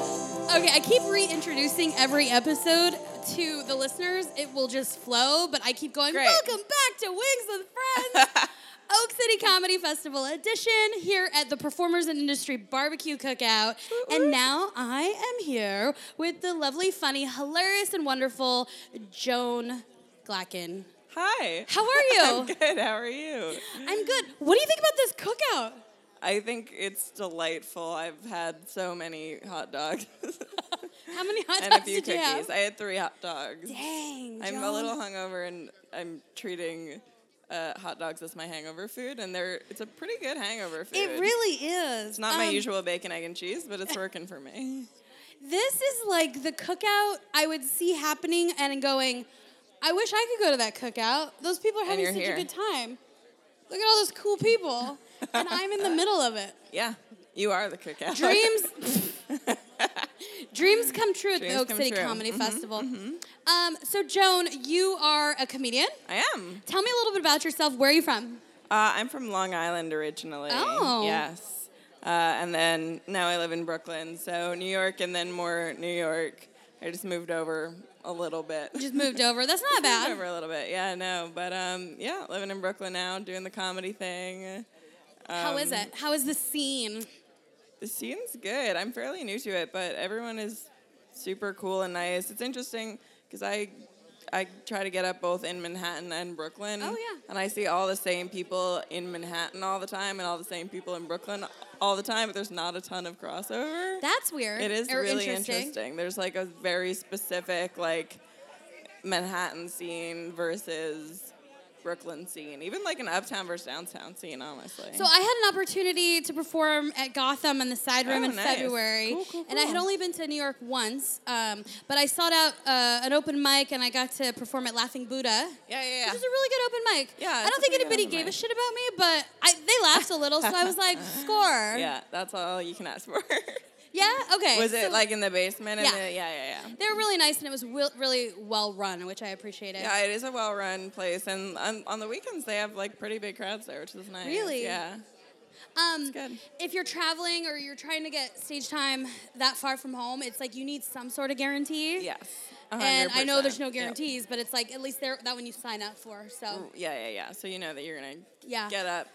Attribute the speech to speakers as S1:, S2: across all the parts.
S1: Okay, I keep reintroducing every episode to the listeners. It will just flow, but I keep going,
S2: Great.
S1: welcome back to Wings with Friends, Oak City Comedy Festival edition here at the Performers and Industry Barbecue Cookout. And now I am here with the lovely, funny, hilarious, and wonderful Joan Glacken.
S2: Hi.
S1: How are
S2: I'm
S1: you?
S2: good. How are you?
S1: I'm good. What do you think about this cookout?
S2: I think it's delightful. I've had so many hot dogs
S1: How many hot
S2: and a
S1: dogs
S2: few
S1: did
S2: cookies.
S1: you have?
S2: I had three hot dogs.
S1: Dang,
S2: I'm a
S1: Joan.
S2: little hungover and I'm treating uh, hot dogs as my hangover food, and they're it's a pretty good hangover food.
S1: It really is.
S2: It's not my
S1: Um,
S2: usual bacon, egg, and cheese, but it's working for me.
S1: This is like the cookout I would see happening and going, I wish I could go to that cookout. Those people are having
S2: you're
S1: such
S2: here.
S1: a good time. Look at all those cool people. and I'm in the middle of it.
S2: Yeah, you are the cookout.
S1: Dreams Dreams come true at
S2: Dreams
S1: the Oak
S2: come
S1: City
S2: true. Mm-hmm,
S1: Comedy Festival. Um, so Joan, you are a comedian.
S2: I am.
S1: Tell me a little bit about yourself. Where are you from?
S2: Uh, I'm from Long Island originally.
S1: Oh.
S2: Yes. Uh, and then now I live in Brooklyn. So New York and then more New York. I just moved over a little bit.
S1: Just moved over. That's not
S2: moved
S1: bad.
S2: over a little bit. Yeah, I know. But um, yeah, living in Brooklyn now, doing the comedy thing.
S1: How
S2: Um,
S1: is it? How is the scene?
S2: The scene's good. I'm fairly new to it, but everyone is super cool and nice. It's interesting because I I try to get up both in Manhattan and Brooklyn.
S1: Oh, yeah.
S2: And I see all the same people in Manhattan all the time and all the same people in Brooklyn all the time, but there's not a ton of crossover.
S1: That's weird.
S2: it is
S1: or
S2: really There's like a very specific like Manhattan scene versus Brooklyn scene, even like an uptown versus downtown scene, honestly.
S1: So I had an opportunity to perform at Gotham in the side room
S2: Oh,
S1: in
S2: nice.
S1: February,
S2: Cool, cool,
S1: and I had
S2: cool.
S1: only been to New York once, um, but I sought out uh, an open mic and I got to perform at Laughing Buddha.
S2: yeah, yeah, yeah.
S1: Which is a really good open mic.
S2: Yeah,
S1: I
S2: it's
S1: don't think
S2: a pretty good
S1: anybody
S2: open
S1: gave a
S2: mic.
S1: shit about me, but I, they laughed a little, so I was like, score.
S2: Yeah, that's all you can ask for.
S1: Yeah? Okay.
S2: was it
S1: so
S2: like in the basement?
S1: Yeah.
S2: And the, yeah, yeah, yeah.
S1: They were really nice, and it was wi- really well run, which I appreciated.
S2: Yeah, it is a well-run place, and on, on the weekends they have like pretty big crowds there, which is nice.
S1: Really?
S2: Yeah.
S1: Um,
S2: good.
S1: If you're traveling or you're trying to get stage time that far from home, it's like you need some sort of guarantee.
S2: Yes.
S1: And I know there's
S2: 100%.
S1: no
S2: Yep.
S1: guarantees, but it's like at least there that one you sign up for. So
S2: Yeah, Oh, yeah, yeah. So you know that you're gonna
S1: Yeah.
S2: get up,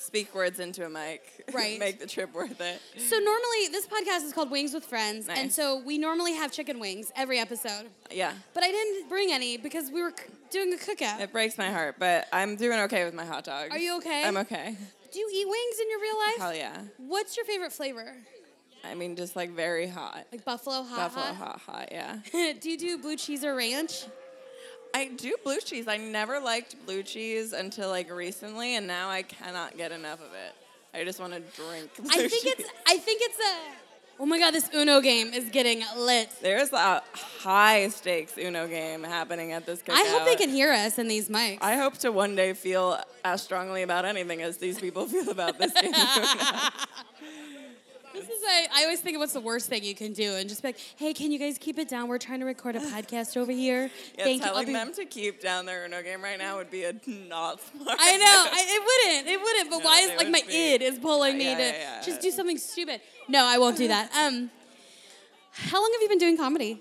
S2: speak words into a mic,
S1: Right.
S2: make the trip worth it.
S1: so normally this podcast is called Wings with Friends, and
S2: Nice.
S1: so we normally have chicken wings every episode.
S2: Yeah.
S1: But I didn't bring any because we were c- doing a cookout.
S2: It breaks my heart, but I'm doing okay with my hot dogs.
S1: Are you okay?
S2: I'm okay.
S1: Do you eat wings in your real life?
S2: Hell yeah.
S1: What's your favorite flavor?
S2: I mean, just like very hot.
S1: Like buffalo hot.
S2: Buffalo hot, hot, yeah.
S1: do you do blue cheese or ranch?
S2: I do blue cheese. I never liked blue cheese until like recently, and now I cannot get enough of it. I just want to drink. Blue
S1: I think
S2: cheese.
S1: it's I think it's a Oh my god, this Uno game is getting lit.
S2: there is a high stakes Uno game happening at this. Cookout.
S1: I hope they can hear us in these mics.
S2: I hope to one day feel as strongly about anything as these people feel about this game.
S1: This is like, I always think of what's the worst thing you can do and just be like, hey, can you guys keep it down? We're trying to record a podcast over here.
S2: yeah,
S1: Thank you. I'll
S2: telling
S1: be-
S2: them to keep down their Uno game right now would be a not smart.
S1: I know. I, it wouldn't. It wouldn't. But
S2: No,
S1: why
S2: they
S1: is like my
S2: would be-
S1: id is pulling me
S2: Yeah,
S1: to
S2: yeah, yeah. Mm-hmm.
S1: just do something stupid? No, I won't do that. Um, how long have you been doing comedy?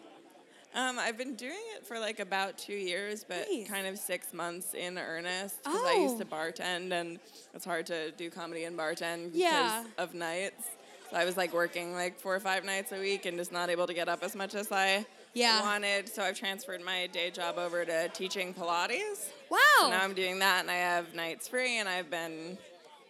S2: Um, I've been doing it for like about two years, but
S1: Nice.
S2: kind of six months in earnest because I
S1: Oh.
S2: used to bartend, and it's hard to do comedy and bartend
S1: Yeah.
S2: because of nights. So I was like working like four or five nights a week and just not able to get up as much as I
S1: Yeah.
S2: wanted. So I've transferred my day job over to teaching Pilates.
S1: Wow.
S2: Now I'm doing that, and I have nights free, and I've been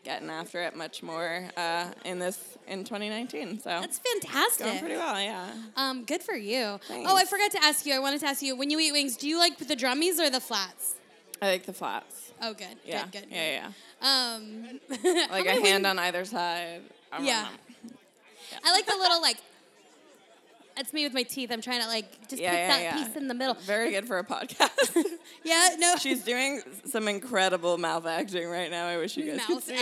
S2: getting after it much more uh, in this in 2019. So
S1: That's
S2: going pretty
S1: fantastic.
S2: well, yeah.
S1: Um, good for you.
S2: Thanks.
S1: Oh, I forgot to ask you. I wanted to ask you when you eat wings, do you like the drummies or the flats?
S2: I like the flats.
S1: Oh, good.
S2: Yeah.
S1: Good. Good.
S2: Yeah, yeah.
S1: Um,
S2: like a hand on either side. I don't
S1: Yeah.
S2: know.
S1: I like the little like. That's me with my teeth. I'm trying to like just
S2: Yeah,
S1: put
S2: yeah,
S1: that
S2: yeah.
S1: piece in the middle.
S2: Very good for a podcast.
S1: Yeah, no.
S2: She's doing some incredible mouth acting right now. I wish you guys could
S1: mouth
S2: see it.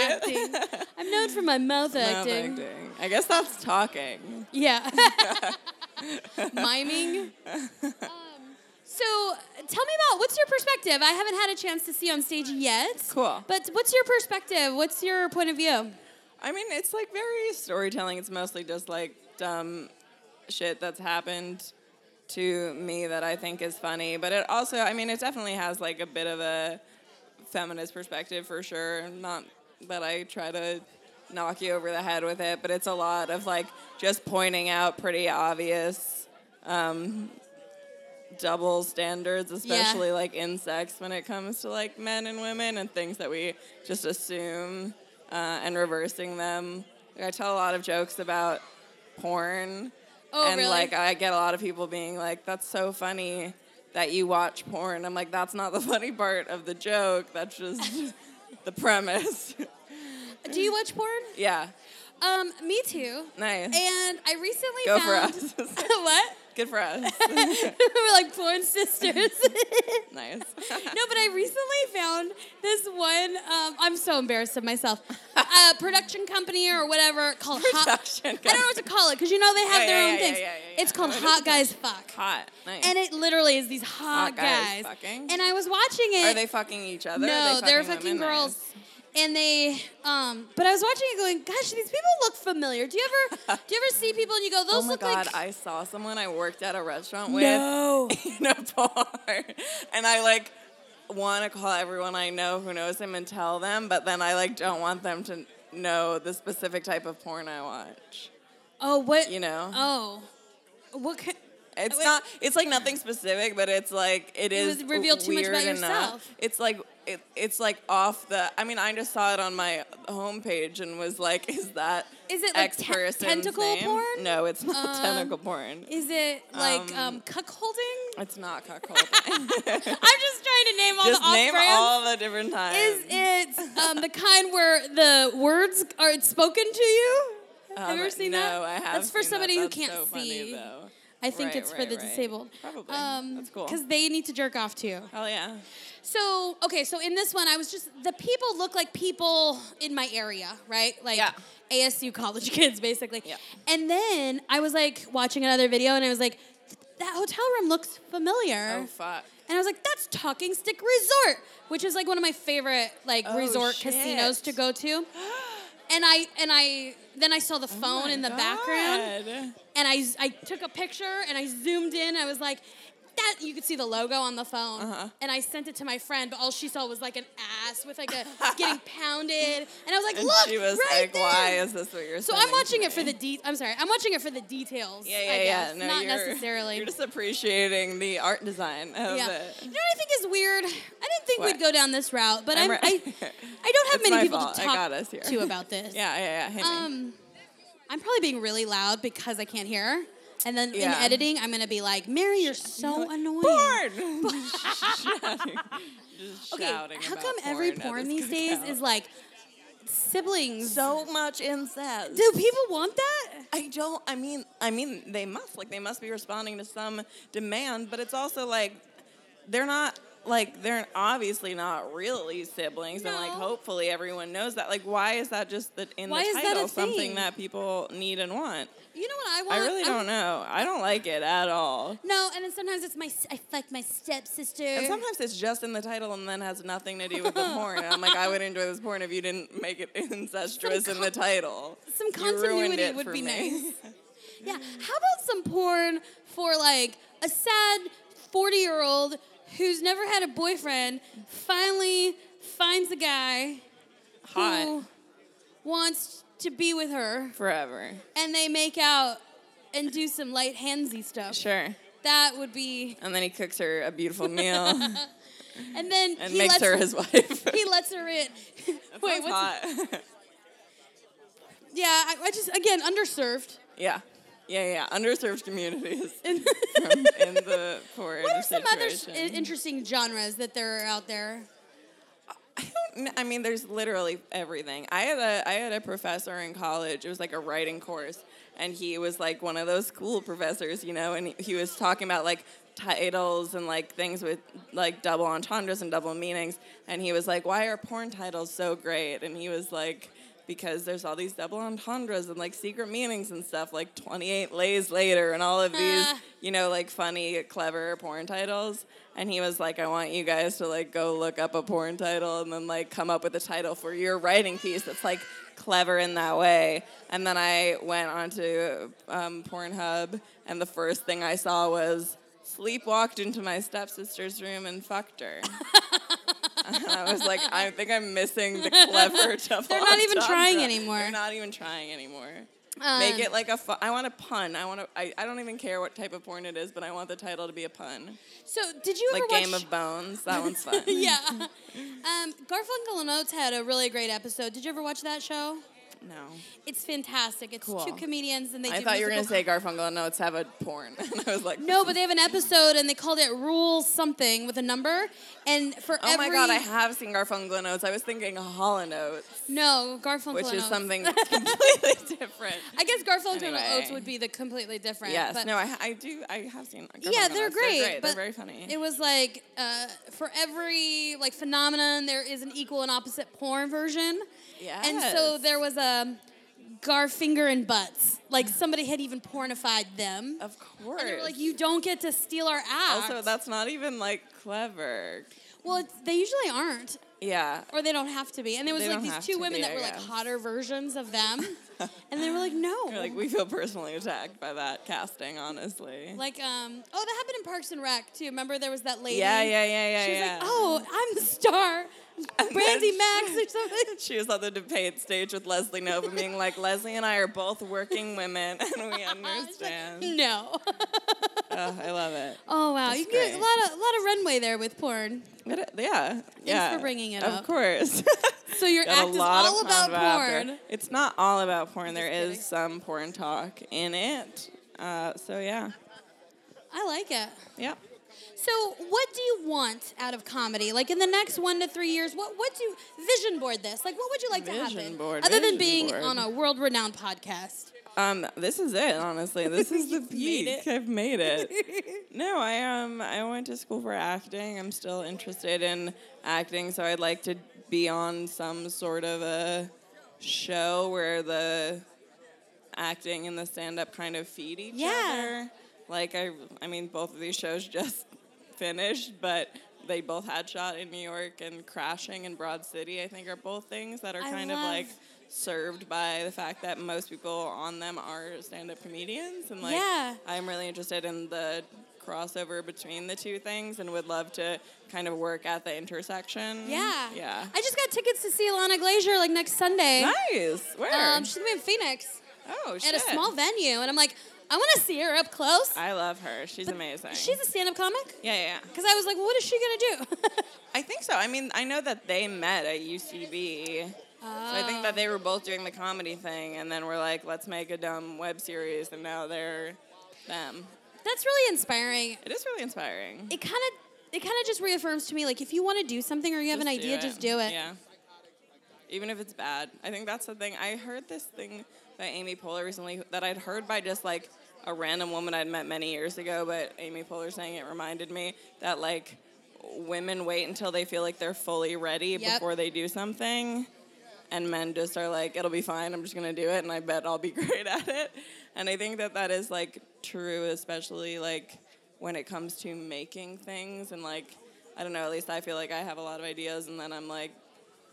S1: acting. I'm known for my mouth,
S2: Mouth
S1: acting.
S2: acting. I guess that's talking.
S1: Yeah. Miming. Um, so tell me about what's your perspective? I haven't had a chance to see you on stage yet.
S2: Cool.
S1: But what's your perspective? What's your point of view?
S2: I mean, it's like very storytelling. It's mostly just like dumb shit that's happened to me that I think is funny. But it also, I mean, it definitely has like a bit of a feminist perspective for sure. Not that I try to knock you over the head with it, but it's a lot of like just pointing out pretty obvious um, double standards, especially like in sex when it comes to like men and women and things that we just assume uh, and reversing them. Like, I tell a lot of jokes about porn.
S1: Oh,
S2: and
S1: really?
S2: like uh, I get a lot of people being like, "That's so funny that you watch porn." I'm like, "That's not the funny part of the joke. That's just the premise."
S1: Do you watch porn?
S2: yeah,
S1: Um, me too.
S2: nice.
S1: And I recently
S2: Mm. Go for
S1: found
S2: us.
S1: what?
S2: Good for us.
S1: We're like porn sisters.
S2: nice.
S1: no, but I recently found this one. Um, I'm so embarrassed of myself. A production company or whatever called
S2: Production
S1: Hot. I don't know what to call it because you know they have
S2: Yeah,
S1: their
S2: yeah,
S1: own
S2: yeah,
S1: things.
S2: yeah, yeah, yeah.
S1: It's called
S2: No, it
S1: Hot Guys Fuck,
S2: Hot. Nice.
S1: and it literally is these hot,
S2: Hot guys fucking.
S1: And I was watching it.
S2: Are they fucking each other?
S1: no,
S2: Are they
S1: they're
S2: fucking
S1: fucking
S2: women?
S1: girls.
S2: Nice.
S1: And they, um, but I was watching it going, gosh, these people look familiar. Do you ever, do you ever see people and you go,
S2: Oh
S1: those
S2: my
S1: look
S2: god!
S1: like
S2: I saw someone I worked at a restaurant with.
S1: no.
S2: in a bar. And I like want to call everyone I know who knows him and tell them, but then I like don't want them to know the specific type of porn I watch.
S1: Oh, what?
S2: You know?
S1: Oh, what? Ca-
S2: It's
S1: wait.
S2: not. It's like nothing specific, but it's like it is.
S1: was revealed too much
S2: weird
S1: about
S2: enough.
S1: yourself.
S2: It's like it, it's like off the. I mean, I just saw it on my homepage and was like, "Is that
S1: Is it, like,
S2: X
S1: te-
S2: person's
S1: tentacle
S2: name?
S1: porn?
S2: No, it's not
S1: Um,
S2: tentacle porn.
S1: Is it like um,
S2: Um,
S1: cuckolding?
S2: It's not cuckolding.
S1: I'm just trying to name all
S2: just
S1: the off
S2: name
S1: brands.
S2: all the different times.
S1: Is it um, the kind where the words are it's spoken to you? have
S2: Um,
S1: you ever seen
S2: no,
S1: that?
S2: I have.
S1: That's for
S2: seen that.
S1: somebody who
S2: That's
S1: can't
S2: so funny,
S1: see.
S2: though.
S1: I think
S2: Right,
S1: it's for
S2: right,
S1: the
S2: right.
S1: disabled.
S2: Probably. That's cool.
S1: Because they need to jerk off to you.
S2: Hell yeah.
S1: So okay, so in this one, I was just the people look like people in my area, right? Like
S2: Yeah.
S1: ASU college kids, basically.
S2: Yeah.
S1: And then I was like watching another video, and I was like, that hotel room looks familiar.
S2: Oh fuck.
S1: And I was like, that's Talking Stick Resort, which is like one of my favorite like
S2: Oh,
S1: resort
S2: shit.
S1: casinos to go to. And I and I then I saw the phone
S2: Oh my
S1: in the background
S2: God.
S1: and I I took a picture and I zoomed in. I was like, that you could see the logo on the phone.
S2: Uh-huh.
S1: And I sent it to my friend, but all she saw was like an ass with like a getting pounded. And I was like,
S2: And
S1: look,
S2: she was
S1: right
S2: like,
S1: there.
S2: "Why is this what you're?"
S1: so I'm
S2: sending to
S1: watching it for
S2: me?"
S1: the de- I'm sorry, I'm watching it for the details.
S2: Yeah, yeah,
S1: I
S2: yeah.
S1: guess.
S2: No,
S1: Not
S2: you're,
S1: necessarily.
S2: You're just appreciating the art design of
S1: Yeah. You
S2: it.
S1: know what I think is weird? I didn't think we'd
S2: What?
S1: go down this route, but I'm,
S2: I'm
S1: I,
S2: right.
S1: I don't have
S2: It's
S1: many
S2: my
S1: people
S2: fault.
S1: to
S2: I
S1: talk
S2: got us here.
S1: to about this.
S2: Yeah, yeah, yeah. Hit me.
S1: Um, I'm probably being really loud because I can't hear. And then
S2: Yeah.
S1: in editing, I'm going to be like, Mary, you're so annoying.
S2: Porn. Shouting. Just
S1: Okay,
S2: shouting
S1: how
S2: about
S1: come every
S2: at
S1: porn these
S2: this
S1: days
S2: cookout.
S1: is like siblings?
S2: so much incest?
S1: Do people want that?
S2: I don't. I mean, I mean, they must like they must be responding to some demand, but it's also like they're not like they're obviously not really siblings, and like
S1: No.
S2: hopefully everyone knows that. Like, why is that just the, in
S1: Why
S2: the
S1: is that a
S2: title something
S1: thing?
S2: that people need and want?
S1: You know what I want?
S2: I really
S1: I'm-
S2: don't know. I don't like it at all.
S1: No, and then sometimes it's my, s- I fucked my stepsister.
S2: And sometimes it's just in the title and then has nothing to do with the porn. And I'm like, I would enjoy this porn if you didn't make it incestuous in
S1: con-
S2: the title.
S1: some
S2: You ruined
S1: continuity
S2: it
S1: would
S2: for
S1: be
S2: me.
S1: nice. Yeah. How about some porn for like a sad 40 year old who's never had a boyfriend finally finds a guy
S2: Hot
S1: who wants to be with her
S2: forever.
S1: and they make out and do some light handsy stuff.
S2: Sure.
S1: That would be.
S2: And then he cooks her a beautiful meal and
S1: And then he
S2: makes
S1: lets
S2: her his wife.
S1: he lets her in. Wait, what's
S2: hot?
S1: Yeah, I, I just again underserved.
S2: yeah. Yeah, yeah. Underserved communities
S1: And
S2: from in the poor
S1: what are some other s-
S2: situation.
S1: interesting genres that there are out there?
S2: I don't. kn- I mean, there's literally everything. I had a I had a professor in college. It was like a writing course, and he was like one of those cool professors, you know. And he- he was talking about like titles and like things with like double entendres and double meanings. And he was like, "Why are porn titles so great?" And he was like. because there's all these double entendres and like secret meanings and stuff like 28 lays later and all of these
S1: Ah.
S2: you know like funny clever porn titles and he was like i want you guys to like go look up a porn title and then like come up with a title for your writing piece that's like clever in that way and then i went onto um, pornhub and the first thing i saw was sleepwalked into my stepsister's room and fucked her and I was like, I think I'm missing the clever double.
S1: They're not even
S2: entendre.
S1: trying anymore.
S2: They're not even trying anymore. Make
S1: Um,
S2: it like a. Fu- I want a pun. I want to. I, I don't even care what type of porn it is, but I want the title to be a pun.
S1: So did you
S2: Like
S1: ever watch?
S2: Game of Bones. That one's fun.
S1: yeah. Um, Garfunkel and Oates had a really great episode. Did you ever watch that show?
S2: No.
S1: It's fantastic. It's two
S2: Cool.
S1: comedians and they.
S2: I
S1: do
S2: thought you were gonna
S1: musical-
S2: say Garfunkel and Oates have a porn. And I was like,
S1: No, but they have an episode and they called it Rule Something with a number. And for
S2: Oh
S1: every
S2: my god, I have seen Garfunkel and Oates. I was thinking Hall and Oates,
S1: no Garfunkel
S2: which
S1: and
S2: is
S1: Oates.
S2: something completely different.
S1: I guess Garfunkel and
S2: Anyway.
S1: Oates would be the completely different.
S2: Yes.
S1: but-
S2: no, I, I do. I have seen. Garfunkel
S1: yeah,
S2: and
S1: they're
S2: Oates.
S1: great.
S2: They're,
S1: but
S2: very funny.
S1: It was like uh, for every like phenomenon, there is an equal and opposite porn version. And so
S2: Yes.
S1: there was a Garfinger and Butts. Like somebody had even pornified them.
S2: of course.
S1: And they were like, you don't get to steal our act.
S2: Also, that's not even like clever.
S1: well, it's, they usually aren't,
S2: Yeah.
S1: or they don't have to be. And there was
S2: They
S1: like
S2: don't
S1: these
S2: have
S1: two
S2: to
S1: women
S2: be,
S1: that
S2: I
S1: were like
S2: guess.
S1: hotter versions of them, and they were like, no,
S2: You're like, we feel personally attacked by that casting, honestly.
S1: Like, um, oh, that happened in Parks and Rec too. Remember, there was that lady.
S2: yeah, yeah, yeah, yeah.
S1: She was
S2: yeah.
S1: like, "Oh, I'm the star, Brandy
S2: then-
S1: Max or something."
S2: She was on the debate stage with Leslie Nova, being like, Leslie and I are both working women, and we
S1: It's like,
S2: understand.
S1: no.
S2: oh, I love it.
S1: Oh wow, you can
S2: That's
S1: get a
S2: great.
S1: lot of a lot of runway there with porn.
S2: But, uh, yeah. yeah.
S1: bringing it
S2: of
S1: up.
S2: course.
S1: So your
S2: Got
S1: act is all
S2: of
S1: about
S2: convo after.
S1: porn.
S2: It's not all about porn. There is
S1: kidding.
S2: some porn talk in it. Uh, so yeah.
S1: I like it.
S2: Yep.
S1: So, what do you want out of comedy? Like in the next one to three years, what what do you vision board this? Like, what would you like to
S2: Vision
S1: happen
S2: board,
S1: other than
S2: vision
S1: being
S2: board.
S1: on a world renowned podcast?
S2: Um, this is it, honestly. This is the
S1: made
S2: peak.
S1: it.
S2: I've made it. no, I um I went to school for acting. I'm still interested in acting, so I'd like to be on some sort of a show where the acting and the stand up kind of feed each
S1: Yeah.
S2: other. Like I I mean both of these shows just finished, but they both had shot in New York and Crashing and Broad City, I think are both things that are
S1: I
S2: kind of
S1: love-
S2: like served by the fact that most people on them are stand-up comedians and like
S1: Yeah.
S2: I'm really interested in the crossover between the two things and would love to kind of work at the intersection.
S1: Yeah.
S2: Yeah.
S1: I just got tickets to see Alana Glazier like next Sunday.
S2: nice. Where?
S1: Um, she's gonna be in Phoenix
S2: oh
S1: at
S2: shit.
S1: a small venue, and I'm like, I want to see her up close.
S2: I love her. She's amazing.
S1: She's a stand-up comic.
S2: yeah, yeah, yeah.
S1: Because I was like, what is she gonna do?
S2: I think so. I mean, I know that they met at UCB. So I think that they were both doing the comedy thing and then we're like, let's make a dumb web series and now they're them.
S1: Uh, That's really inspiring.
S2: It is really inspiring.
S1: It kind of it kind of just reaffirms to me like if you want to do something or you have an
S2: Just do
S1: idea, just do it.
S2: Yeah. Even if it's bad. I think that's the thing. I heard this thing by Amy Poehler recently that I'd heard by just like a random woman I'd met many years ago, but Amy Poehler saying it reminded me that like women wait until they feel like they're fully ready
S1: Yep.
S2: before they do something. And men just are like, it'll be fine. I'm just gonna do it, and I bet I'll be great at it. And I think that that is like true, especially like when it comes to making things. And like, I don't know. At least I feel like I have a lot of ideas, and then I'm like,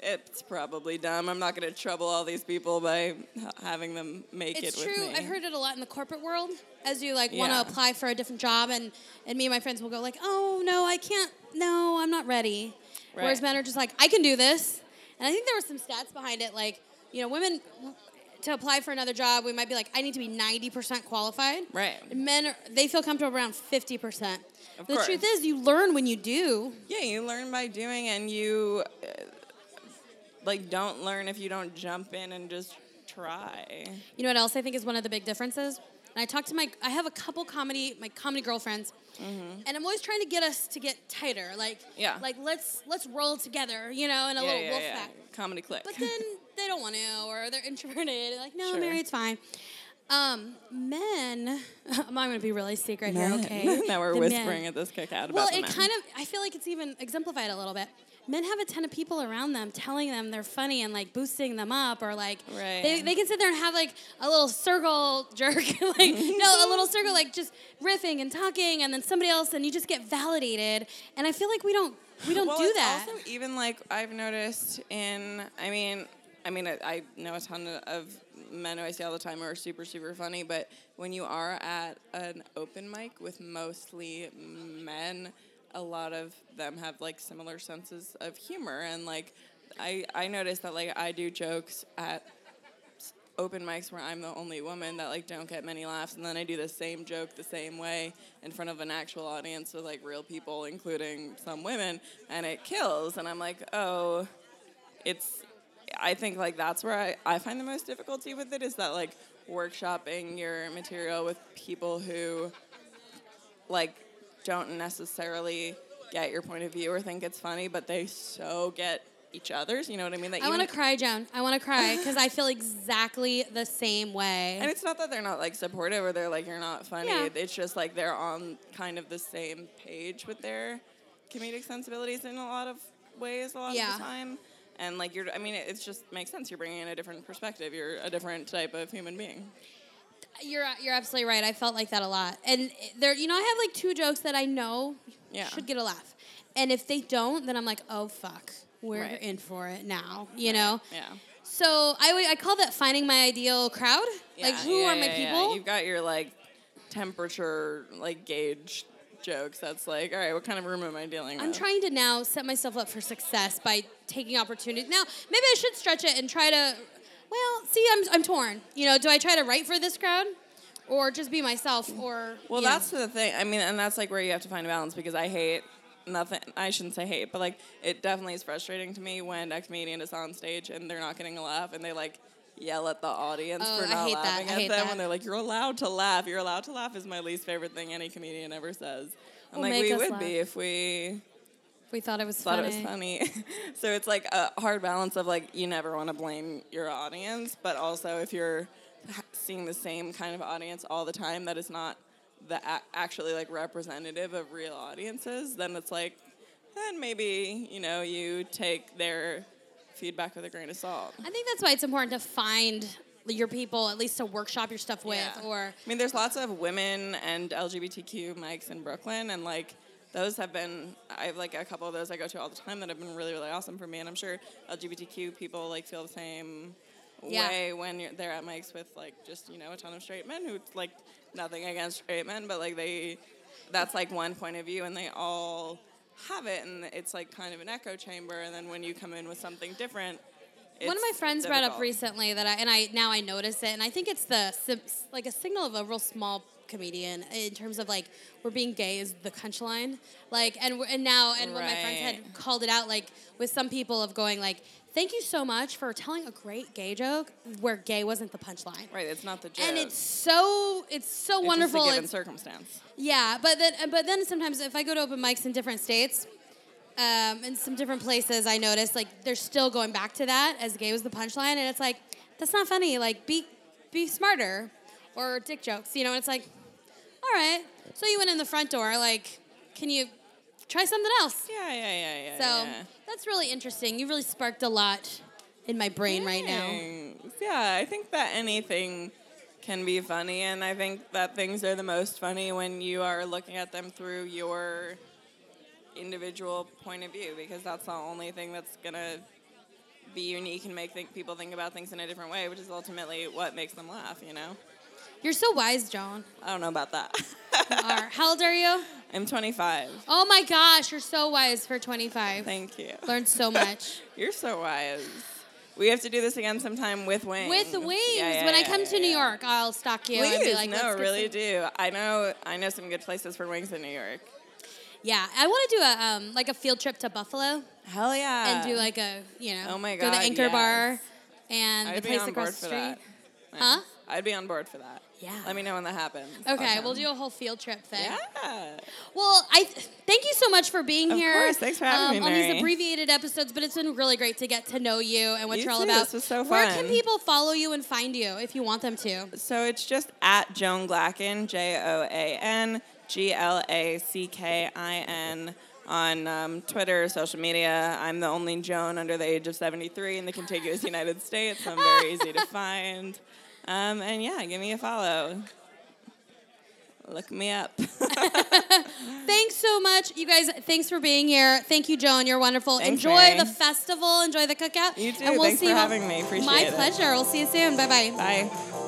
S2: it's probably dumb. I'm not gonna trouble all these people by h- having them make
S1: It's
S2: it
S1: true.
S2: with me.
S1: I've heard it a lot in the corporate world as you like want to
S2: Yeah.
S1: apply for a different job and and me and my friends will go like, "Oh, no, I can't. No, I'm not ready." Whereas
S2: Right.
S1: men are just like, "I can do this." And I think there were some stats behind it like, you know, women to apply for another job, we might be like, "I need to be 90% qualified."
S2: Right.
S1: Men are, they feel comfortable around 50%.
S2: Of
S1: the truth
S2: course.
S1: is you learn when you do.
S2: Yeah, you learn by doing, and you uh, like don't learn if you don't jump in and just try.
S1: You know what else I think is one of the big differences? And I talk to my, I have a couple comedy, my comedy girlfriends, and I'm always trying to get us to get tighter, like,
S2: Mm-hmm. Yeah.
S1: like let's let's roll together, you know, in a little wolf pack.
S2: Comedy click.
S1: But then they don't want to, or they're introverted. They're like, no,
S2: Sure.
S1: Mary, it's fine. Um, men, I'm going to be really secret
S2: Men.
S1: here, okay?
S2: now we're
S1: The men.
S2: whispering at this kick out
S1: Well,
S2: about the
S1: it
S2: men.
S1: kind of, I feel like it's even exemplified a little bit. men have a ton of people around them telling them they're funny and like boosting them up or like
S2: Right.
S1: they, they can sit there and have like a little circle jerk like
S2: Mm-hmm.
S1: no a little circle like just riffing and talking and then somebody else and you just get validated and i feel like we don't we don't
S2: well,
S1: do
S2: it's
S1: that
S2: Also, even like I've noticed in, I mean, I mean, I, I know a ton of men who I see all the time who are super, super funny, but when you are at an open mic with mostly men, a lot of them have like similar senses of humor, and like I, I noticed that like I do jokes at open mics where I'm the only woman that like don't get many laughs, and then I do the same joke the same way in front of an actual audience with like real people, including some women, and it kills. And I'm like, oh, it's. I think like that's where I, I find the most difficulty with it is that like workshopping your material with people who like don't necessarily get your point of view or think it's funny, but they so get each other's. You know what I mean? That
S1: i
S2: you
S1: want to cry joan i want to cry because i feel exactly the same way
S2: And it's not that they're not like supportive or they're like you're not funny.
S1: Yeah.
S2: It's just like they're on kind of the same page with their comedic sensibilities in a lot of ways a lot
S1: Yeah.
S2: of the time. And like you're, I mean, it it's just makes sense. You're bringing in a different perspective. You're a different type of human being.
S1: You're uh, you're absolutely right. I felt like that a lot. And there, you know, I have like two jokes that I know
S2: Yeah.
S1: should get a laugh, and if they don't, then I'm like, oh fuck, we're
S2: Right.
S1: in for it now. You know.
S2: Yeah.
S1: So I would- I call that finding my ideal crowd. like
S2: Yeah,
S1: who
S2: yeah,
S1: are my
S2: yeah, yeah.
S1: people?
S2: You've got your like temperature like gauge jokes. That's like, all right, what kind of room am I dealing
S1: I'm
S2: with?
S1: trying to now set myself up for success by taking opportunities. Now, maybe I should stretch it and try to. Well, see, I'm I'm torn. You know, do I try to write for this crowd, or just be myself, or
S2: Well,
S1: you know.
S2: that's the thing. I mean, and that's like where you have to find a balance because I hate nothing. I shouldn't say hate, but like it definitely is frustrating to me when a comedian is on stage and they're not getting a laugh and they like yell at the audience
S1: Oh,
S2: for
S1: I
S2: not
S1: hate that.
S2: laughing
S1: I
S2: at
S1: hate
S2: them
S1: that.
S2: when they're like, "You're allowed to laugh. You're allowed to laugh." Is my least favorite thing any comedian ever says. I'm
S1: Well,
S2: like,
S1: make
S2: we
S1: us
S2: would
S1: laugh.
S2: be if we
S1: we thought it was
S2: thought
S1: funny.
S2: it was funny. so it's like a hard balance of like you never want to blame your audience, but also if you're ha- seeing the same kind of audience all the time that is not the a- actually like representative of real audiences, then it's like then maybe you know you take their feedback with a grain of salt.
S1: I think that's why it's important to find your people, at least to workshop your stuff with,
S2: Yeah.
S1: or
S2: I mean, there's lots of women and LGBTQ mics in Brooklyn, and like those have been. I have like a couple of those I go to all the time that have been really, really awesome for me, and I'm sure LGBTQ people like feel the same
S1: Yeah.
S2: way when you're, they're at mics with like just you know a ton of straight men who like nothing against straight men, but like they, that's like one point of view, and they all have it, and it's like kind of an echo chamber, and then when you come in with something different.
S1: one of my
S2: it's
S1: friends brought up
S2: difficult.
S1: recently that I and I now I notice it, and I think it's the sim- like a signal of a real small comedian in terms of like we're being gay is the punchline, like and we're, and now and one of my friends had
S2: Right.
S1: called it out like with some people of going like thank you so much for telling a great gay joke where gay wasn't the punchline.
S2: Right, it's not the joke.
S1: And it's so it's so
S2: It's just a
S1: wonderful.
S2: given
S1: It's-
S2: circumstance.
S1: Yeah, but then but then sometimes if I go to open mics in different states, um, in some different places, I notice like they're still going back to that as gay was the punchline, and it's like that's not funny. Like be be smarter, or dick jokes, you know. And it's like, all right, so you went in the front door. Like, can you try something else?
S2: Yeah, yeah, yeah, yeah.
S1: So
S2: yeah.
S1: that's really interesting. You really sparked a lot in my brain right now.
S2: Thanks. Yeah, I think that anything can be funny, and I think that things are the most funny when you are looking at them through your individual point of view, because that's the only thing that's gonna be unique and make think people think about things in a different way, which is ultimately what makes them laugh. You know,
S1: You're so wise, Joan.
S2: I don't know about that.
S1: You are. How old are you?
S2: I'm 25.
S1: Oh my gosh, you're so wise for 25.
S2: Thank you.
S1: Learned so much.
S2: You're so wise. We have to do this again sometime with wings.
S1: With
S2: Yeah,
S1: wings.
S2: yeah,
S1: when I
S2: yeah,
S1: come
S2: yeah,
S1: to New
S2: yeah.
S1: York, I'll stalk you and be
S2: Please,
S1: like,
S2: no,
S1: Let's get
S2: really
S1: some-"
S2: do. I know, I know some good places for wings in New York.
S1: Yeah, I want to do a um, like a field trip to Buffalo
S2: Hell yeah!
S1: and do like a you know
S2: Uh, Oh my
S1: go to
S2: God,
S1: the Anchor
S2: yes.
S1: Bar and
S2: I'd
S1: the
S2: be
S1: place
S2: on
S1: across
S2: board
S1: the
S2: for
S1: street.
S2: that. Nice.
S1: Huh?
S2: I'd be on board for that.
S1: Yeah.
S2: Let me know when that happens.
S1: Okay,
S2: I'll
S1: we'll
S2: come.
S1: do a whole field trip thing.
S2: Yeah.
S1: Well, I th- thank you so much for being
S2: Of
S1: here.
S2: course, thanks for having
S1: um,
S2: me,
S1: On these
S2: Mary.
S1: abbreviated episodes, but it's been really great to get to know you and what
S2: You
S1: you're all
S2: too,
S1: about.
S2: this was so
S1: Where
S2: fun.
S1: can people follow you and find you if you want them to?
S2: So it's just at Joan Glacken, J O A N G L A C K I N, on um, Twitter, social media. I'm the only Joan under the age of 73 in the contiguous United States. I'm very easy to find. Um, and yeah, give me a follow. Look me up.
S1: Thanks so much, you guys. Thanks for being here. Thank you, Joan. You're wonderful.
S2: Thanks,
S1: enjoy
S2: Mary.
S1: the festival. Enjoy the cookout.
S2: You too.
S1: And we'll
S2: Thanks
S1: see
S2: for
S1: how-
S2: having me. Appreciate
S1: My
S2: it.
S1: pleasure. We'll see you soon. Bye bye.
S2: Bye.